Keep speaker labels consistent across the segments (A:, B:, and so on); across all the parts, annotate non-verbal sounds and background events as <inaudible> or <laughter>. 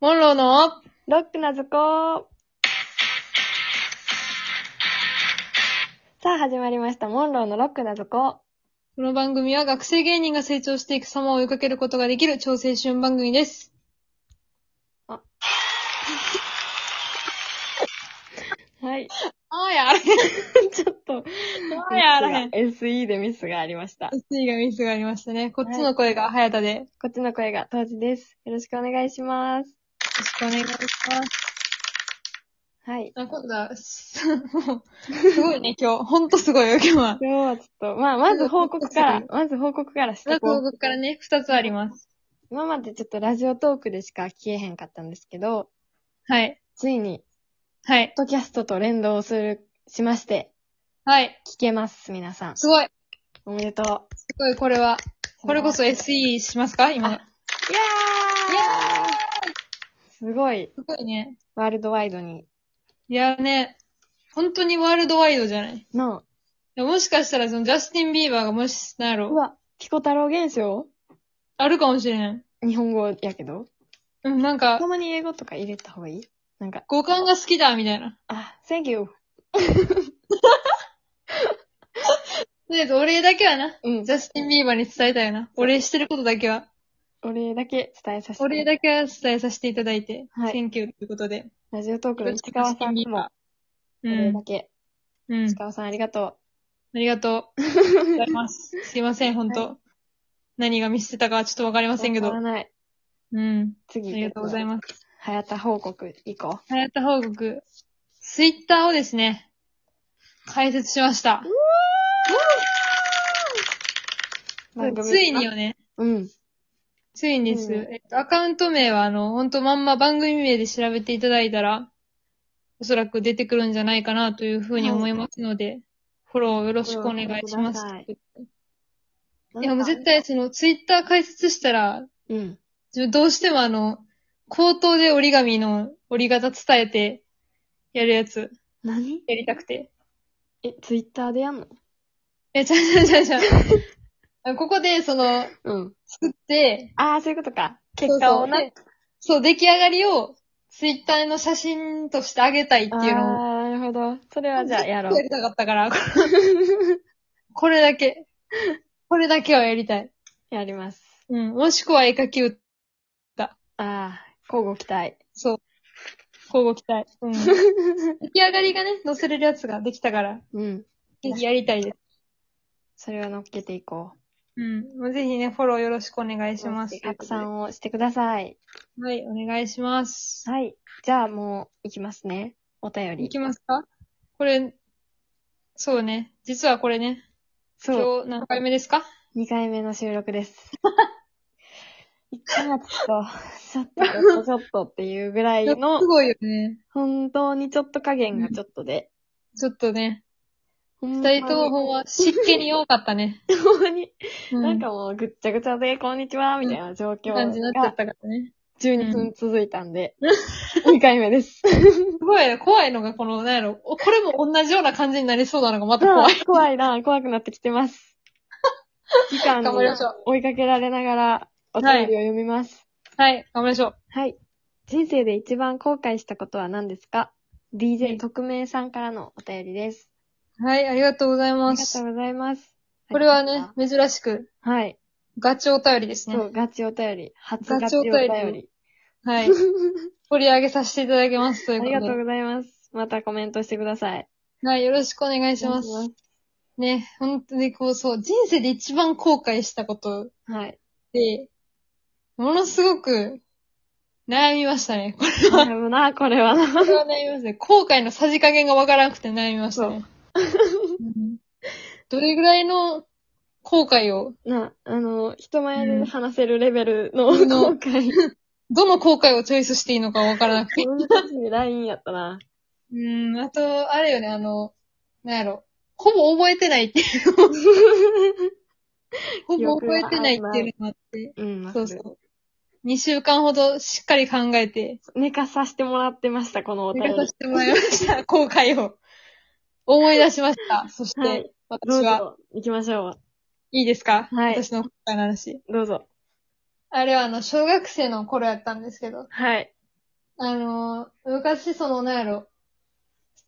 A: モンローの
B: ロックな図工さあ始まりました。モンローのロックな図工。
A: この番組は学生芸人が成長していく様を追いかけることができる超青春番組です。
B: はい。
A: あー <laughs> やあれ
B: <laughs> ちょっと、
A: あやあらへん。
B: SE でミスがありました。
A: SE がミスがありましたね。こっちの声が早田で。よ
B: こっちの声が当時です。よろしくお願いします。
A: ろしくお願いします。
B: はい。
A: あ、今度は、すもうすごいね、今日。ほんとすごいよ、今日は。
B: 今日はちょっと、まあ、まず報告から、まず報告からして
A: まず
B: こ
A: 報
B: う。
A: 告からね、二つあります。
B: 今までちょっとラジオトークでしか消えへんかったんですけど、
A: はい。
B: ついに、
A: はい。
B: ポッドキャストと連動する、しまして、
A: はい。
B: 聞けます、皆さん。
A: すごい。
B: おめでとう。
A: すごい、これは。これこそ SE しますか今。
B: あ
A: いや
B: いや
A: ー
B: すごい、
A: すごいね。
B: ワールドワイドに。
A: いやーね、本当にワールドワイドじゃない
B: の、
A: いやもしかしたら、その、ジャスティン・ビーバーがもし、なんや
B: う
A: ろ、
B: わ、ピコ太郎現象
A: あるかもしれん。
B: 日本語やけど。
A: うん、なんか
B: た、まに英語とか入れた方がいいなんか、
A: 五感が好きだ、みたいな。
B: あ、thank you.
A: とりあえず、お礼だけはな。
B: うん
A: ジ。ャスティン・ビーバーに伝えたいな。お礼してることだけは。
B: お礼だけ伝えさせて。
A: お礼だけは伝えさせていただいて。
B: はい
A: センキューということで。
B: ラジオトークの
A: ジャス
B: 市
A: ティ
B: 川さ
A: ン・
B: ん
A: ビ
B: に
A: ー
B: も、
A: バ
B: お
A: ー。
B: 礼だけ。
A: うん。うん
B: 市。川さんありがと
A: ありがとう。ありがとうございます。すいません、本当、何が見せてたかちょっとわかりま
B: う。
A: せんけ
B: わ
A: ど
B: から。ない。
A: うん。あ
B: 次。
A: りがとうござい
B: す。
A: ます。
B: はやた報告以降。
A: はやった報告。ツイッターをですね、開設しました。ついに。よね。
B: うん。
A: ついにです。
B: うん
A: えっと、アカウント名は、あの、ほんとまんま番組名で調べていただいたら、おそらく出てくるんじゃないかなというふうに思いますので、フォローよろしくお願いします
B: フォローして。
A: いや、もう絶対その、ツイッター開設したら、
B: うん。
A: 自分どうしてもあの、口頭で折り紙の折り方伝えて、やるやつ、
B: 何
A: やりたくて。
B: え、ツイッターでやんの
A: え、ちゃうちゃうちゃうちゃうあ。ここで、その、
B: うん。
A: 作って、
B: あー、そういうことか。
A: そ
B: 結
A: う
B: 果を
A: そう
B: な。
A: でそう、出来上がりを、ツイッターの写真としてあげたいって
B: あ
A: いうのを、
B: ー、なるほど。それはじゃあやろう
A: や。りたかったから、 <laughs> これだけ、これだけはやりたい。
B: やります。
A: うん、もしくは絵描き歌、
B: あー、交互期待。
A: そう。交互期待。
B: <laughs>
A: うん。出来上がりがね、載せれるやつができたから、
B: うん。
A: ぜひやりたいです。
B: それを乗っけていこう。
A: うん。もうぜひね、フォローよろしくお願いします。
B: 拡散をしてください。
A: はい、お願いします。
B: はい。じゃあもう、いきますね。お便
A: い
B: り。
A: きますかこれ、そうね。実はこれね、
B: そ
A: 今
B: う。
A: 日何回目ですか
B: 2回目の収
A: <laughs>
B: 録です。1回はちょっと、ちょっと、ちょっと、ちょっとっていうぐらいの
A: す、ごいよね。
B: 本当にちょっと加減がちょっとで。
A: ちょっとね、
B: ほんま
A: 二
B: に
A: 人ともほんま湿気に多かったね。
B: ほんまに、
A: う
B: なんかもうぐっちゃぐちゃで、こんにちは、みたいな状況
A: 感じになっちゃっ
B: が
A: たからね。
B: 12分続いたん
A: <laughs>
B: で、2回目です。
A: すごいね、怖いのがこの、なんやろ、おこれも同じような感じになりそうなのがまた怖い。
B: なあ怖いな、怖くなってき
A: <laughs>
B: てます。時間に
A: 頑張りましょう
B: 追いかけられながら、お便りを読みます。
A: はい、頑張りましょう。
B: はい。人生で一番後悔したことは何ですか
A: は
B: ?DJ
A: い
B: 特命さんからのお便りです。
A: はい、ありがとうござい
B: あ
A: ま
B: りがと
A: す。
B: うございます。
A: これはね、珍しく、
B: はい。
A: ガチお便りです
B: そ
A: ね。
B: う、ガチお便り。初
A: ガ
B: ガ
A: チ
B: チ
A: お
B: お
A: 便
B: 便
A: り
B: り。 <laughs>
A: はい。取り上げさせていただきます。とい
B: あ
A: う
B: りが
A: こと
B: う
A: と
B: ございます。またコメントしてください。
A: で。はい、よろしくお願いします。
B: お願いし
A: ね、本当にこう、そう、人生で一番後悔したこと <laughs>
B: ますはい。
A: で、ものすごく悩みましたね。こ
B: 悩むな、これはな。
A: れは悩みますね。後悔のさじ加減がわからなくて悩みましたね。うんどれぐらいの後悔を、
B: な、あの、人前で話せるレベルの後
A: うんの
B: 悔。
A: どの後悔をチョイスしていいのかわからなくて。
B: <laughs> 難しいラインやったな。
A: うん、あと、あれよね、あの、なんやろ。ほぼ覚えてないっていうほぼ覚えてないっていうのがあって。
B: うん、
A: そうそう。2週間ほどしっかり考えて、
B: 寝かさせてもらってました、このお便
A: 出
B: り
A: か。させてもらいました。後悔を。思い出しました。そして、
B: はいどう
A: 私は、
B: ぞ、行きましょ
A: いいですか
B: はい
A: 私の後悔の話。
B: う。どうぞ。
A: あれはあの、小学生の頃やったんですけど、
B: はい。
A: あのー、昔、その、なんやろ、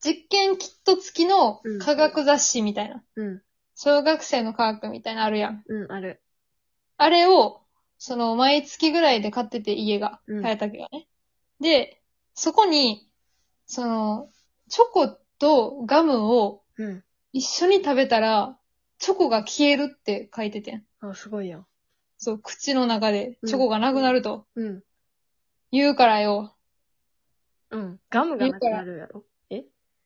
A: 実験キット付きの
B: うん
A: 科学雑誌みたいな、
B: うん。
A: 小学生の科学みたいなのあるやん。
B: うん、ある。
A: あれを、その、毎月ぐらいで買ってて、家が、
B: うん
A: 早竹がね。で、そこに、その、チョコとガムを
B: うん。
A: 一緒に食べたら、チョコが消えるって書いててん。
B: あ、すごいやん。
A: そう、口の中でチョコがなくなると。
B: うん。
A: 言うからよ。
B: うん。ガムがなくなる <laughs> やろ。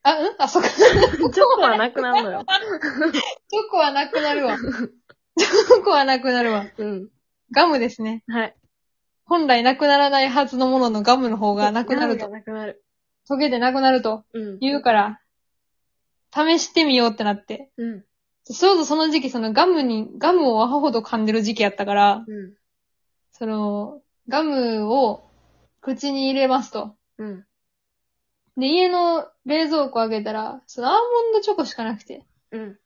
A: あ、うんあ、そっか。チ
B: チョコはなくな
A: <laughs>
B: るのよ。
A: ョコはなくなるわ。チョコはなくなるわ。
B: うん。
A: ガムですね。
B: はい。
A: 本来なくならないはずのもののガムの方がなくなる
B: ガ
A: と
B: ム。がなくなる。
A: トゲでなくなると。
B: うん。
A: 言うから、試してみようってなって。
B: うん。
A: ちょうどその時期、そのガムに、ガムをアホほど噛んでる時期やったから、
B: うん。
A: その、ガムを口に入れますと。
B: うん。
A: で、家の冷蔵庫開けたら、そのアーモンドチョコしかなくて。
B: うん。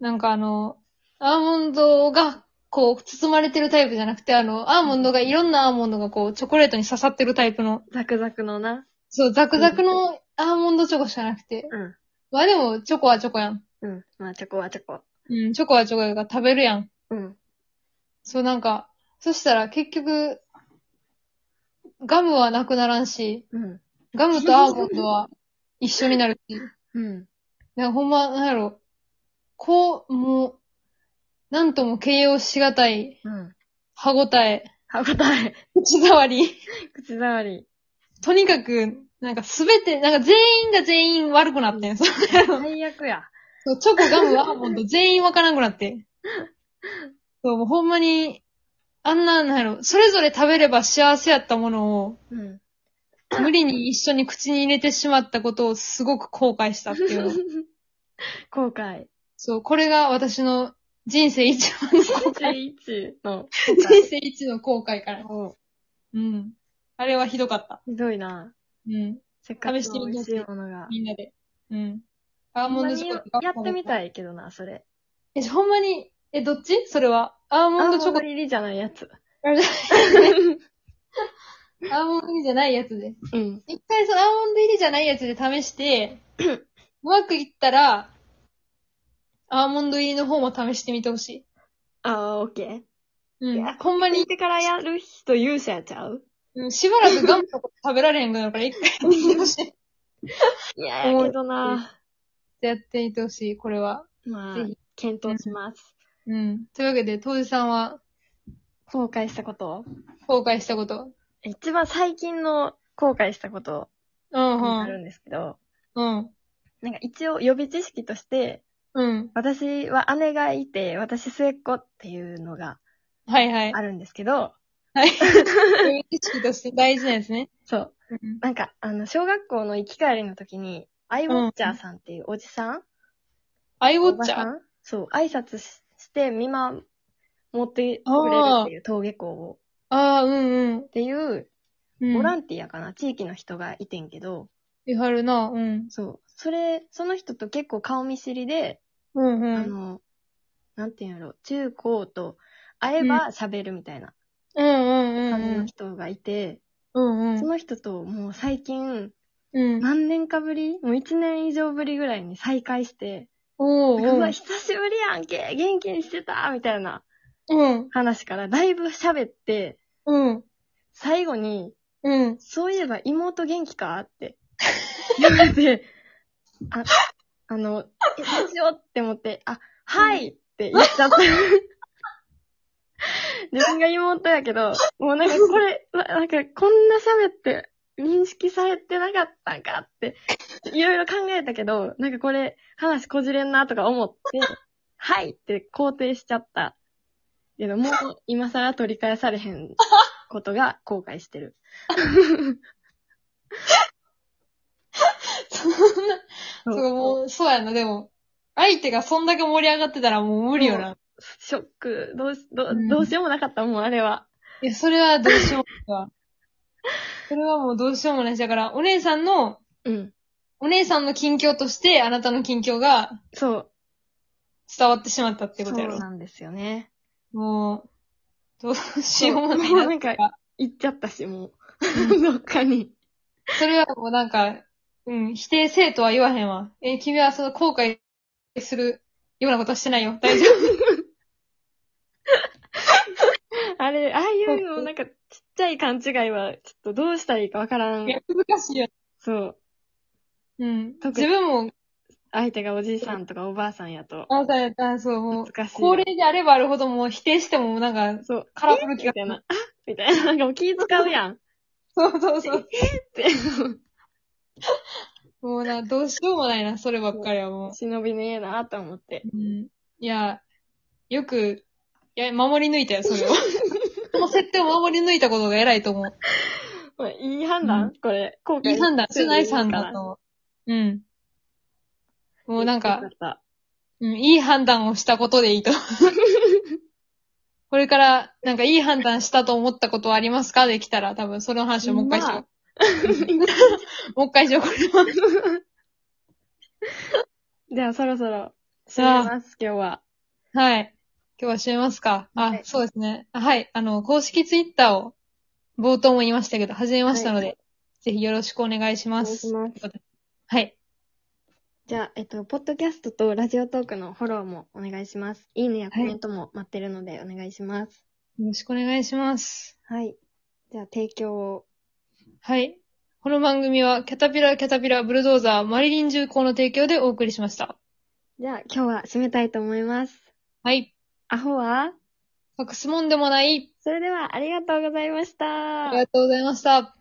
A: なんかあの、アーモンドが、こう、包まれてるタイプじゃなくて、あの、アーモンドが、いろんなアーモンドがこう、チョコレートに刺さってるタイプの、
B: ザクザクのな。
A: そう、ザクザクのアーモンドチョコしかなくて。
B: うん。
A: まあでも、チョコはチョコやん。
B: うん。まあ、チョコはチョコ。
A: うん、チョコはチョコやから食べるやん。
B: うん。
A: そうなんか、そしたら結局、ガムはなくならんし、
B: うん。
A: ガムとアーモンドは一緒になるし、
B: うん。
A: なんかほんま、なんやろ、こう、もう、なんとも形容しがたい
B: うん。
A: 歯ごたえ、
B: 歯応え。
A: 口触り。
B: 口触 <laughs> り。
A: とにかく、なんかすべて、なんか全員が全員悪くなってん。そう
B: 最悪や。
A: そうチョコ、ガム、アーモンド <laughs> 全員わからんくなって。そう、もうほんまに、あんな、なんやろ、それぞれ食べれば幸せやったものを、
B: うん。
A: 無理に一緒に口に入れてしまったことをすごく後悔したって
B: <laughs>
A: いう。
B: 後 <laughs> 悔。
A: そう、これが私の人生一番の、
B: 11の後
A: 人生一の後悔から
B: <laughs> 悔。。お
A: うん。あれはひどかった。
B: ひどいな。
A: うん。
B: せっかくの美味しいものが。
A: みんなで。うん。アー
B: ほ
A: モ
B: ん
A: ン
B: ま
A: ドチ
B: に
A: ョ
B: や
A: コとか。
B: ってみたいけどな、それ。
A: え、ほんまに、え、どっちそれは。アー
B: ア
A: モン
B: ー
A: ドチ
B: モ
A: ョ
B: ン
A: コ
B: ド、入りじゃないやつ。
A: アーモンド入りじゃないやつで。
B: うん。
A: 一回そのアーモンド入りじゃないやつで試
B: <clears throat>
A: して、うまくいったら、アーモンド入りの方も試してみてほし
B: ああ、オッケー。
A: い。う
B: い
A: ん
B: や。
A: ほんまに
B: 聞いてからやる人勇者やちゃう
A: うん、しばらくガムとか食べられへんくなるから、一回見てほしい。っ
B: いや、やけどな。
A: てやってみてほしい、これは。
B: まあ
A: ぜひ、
B: 検討します。
A: うん。というわけで、当時さんは
B: 後悔したこと
A: 後悔したこと。
B: 一番最近の後悔したこと
A: うん、
B: に
A: う
B: なる
A: ん。
B: んですけど、
A: うん。
B: なんか一応予備知識として、
A: うん。
B: 私は姉がいて、私末っ子っていうのが
A: はいはい。
B: あるんですけど、 <laughs>
A: はい。意識として大事なやつね。
B: そう。
A: うん。
B: なんか、あの、小学校の行き帰りの時に、アイウォッチャーさんっていうおじさん、
A: アイウ
B: お
A: ォッ
B: ば
A: チャ
B: さ
A: ー
B: んそう、挨拶しして見守ってくれるっていう登下校を。
A: ああ、うんうん
B: っていう、
A: うん。
B: ボラ
A: ン
B: ンティアかな、地域の人がいてんけど、
A: ティアるな。うん。
B: そう、それ、その人と結構顔見知りで、
A: うんう
B: あ
A: ん。
B: の、なんていうんやろ、中高と会えば喋るみたいな
A: うんうんう
B: 感じの
A: ん
B: 人がいて、
A: うん。うん
B: その人ともう最近、
A: うん。うん。
B: 何年かぶりもう1年以上ぶりぐらいに再会して、
A: お
B: うわ、
A: ー
B: 久しぶりやんけ元気にしてたみたいな
A: うん。
B: 話からだいぶ喋って、
A: うん。
B: 最後に、
A: うん。
B: そういえば妹元気
A: <laughs>
B: かって言われて、あ、あの、えどうしようって思って、あ、はいって言っち
A: <laughs>
B: ゃった。自分が妹やけど、もうなんかこれ、わなんかこんな喋って認識されてなかったんかって、いろいろ考えたけど、なんかこれ話こじれんなとか思って、はいって肯定しちゃった。けど、もう今更取り返されへんことが後悔し
A: <laughs>
B: てる。
A: そんな、そう、もう、そうやな、でも。相手がそんだけ盛り上がってたらもう無理よな。
B: ショック、どうし、ど
A: う
B: うんどうしようもなかったもん、あれは。
A: いや、それはどうしようもないわ。 <laughs> それはもうどうしようもないし、だから、お姉さんの、
B: うん。
A: お姉さんの近況として、あなたの近況が
B: そう。
A: 伝わってしまったって
B: そ
A: ことや
B: う
A: ろ。
B: なんですよね。
A: もう、どうしようもない
B: そうもう
A: な
B: なんか
A: か、
B: 行っちゃったし、もう。どっかに。
A: それはもうなんか、うん、否定せえとは言わへんわ。え、君はその後悔するようなことしてないよ。大丈夫。
B: あれ、ああいうの、なんか、ちっちゃい勘違いは、ちょっとどうしたらいいかわからん
A: い。や、難しいよ。
B: そう。
A: うん。
B: 特
A: 自
B: に
A: 分も、
B: 相手がおじいさんとかおばあさんやと。
A: あなたやったら、そう、もう、
B: 難しい。
A: 高齢であればあるほどもう否定してもなんか、
B: そう。
A: カラフル気
B: み
A: が
B: たいな。あみたいな。なんかもう気使うやん。っ
A: そうそうそう。
B: て。
A: もうな、どうしようもないな、そればっかりはもう。
B: <laughs> 忍びねえなと思って。
A: うん。いや、よく、いや、守り抜いたよ、それ <laughs> を。その設定を守り抜いたことが偉いと思う。
B: まあいい判
A: う
B: 断、
A: ん
B: これ。後悔
A: いい判断、
B: せ
A: し
B: ず
A: な
B: に
A: い判断だと。思う。うん。もうなん
B: よ
A: か
B: っ、た
A: うん、いい判断をしたことでいいと
B: <laughs>
A: 思う。これから、なんかいい判断したと思ったことはありますかできたら、多分その話をもう一回しよう。
B: <laughs>
A: もう一回しよう、これは。
B: ではそろそろ、締めます、今日は。 <laughs>
A: はい。今日は閉めますか。あ、
B: はい
A: そうですね。あはい。あの、公式ツイッターを冒頭も言いましたけど、始めましたので、
B: は
A: ぜひよろしくお願いしま
B: お願いし
A: す。
B: ます
A: はい。
B: じゃあ、えっと、ポッドキャストとラジオトークのフォローもお願いします。いいねやコメントも待ってるのでお願いします。
A: よろしくお願いします。
B: はい。じゃあ、提供を。
A: はい。この番組は、キャタピラ、キャタピラ、ブルドーザー、マリリン重工の提供でお送りしました。
B: じゃあ、今日は締めたいと思います。
A: はい。
B: アホは
A: 隠すもんでもない。
B: それでは、ありがとうございました。
A: ありがとうございました。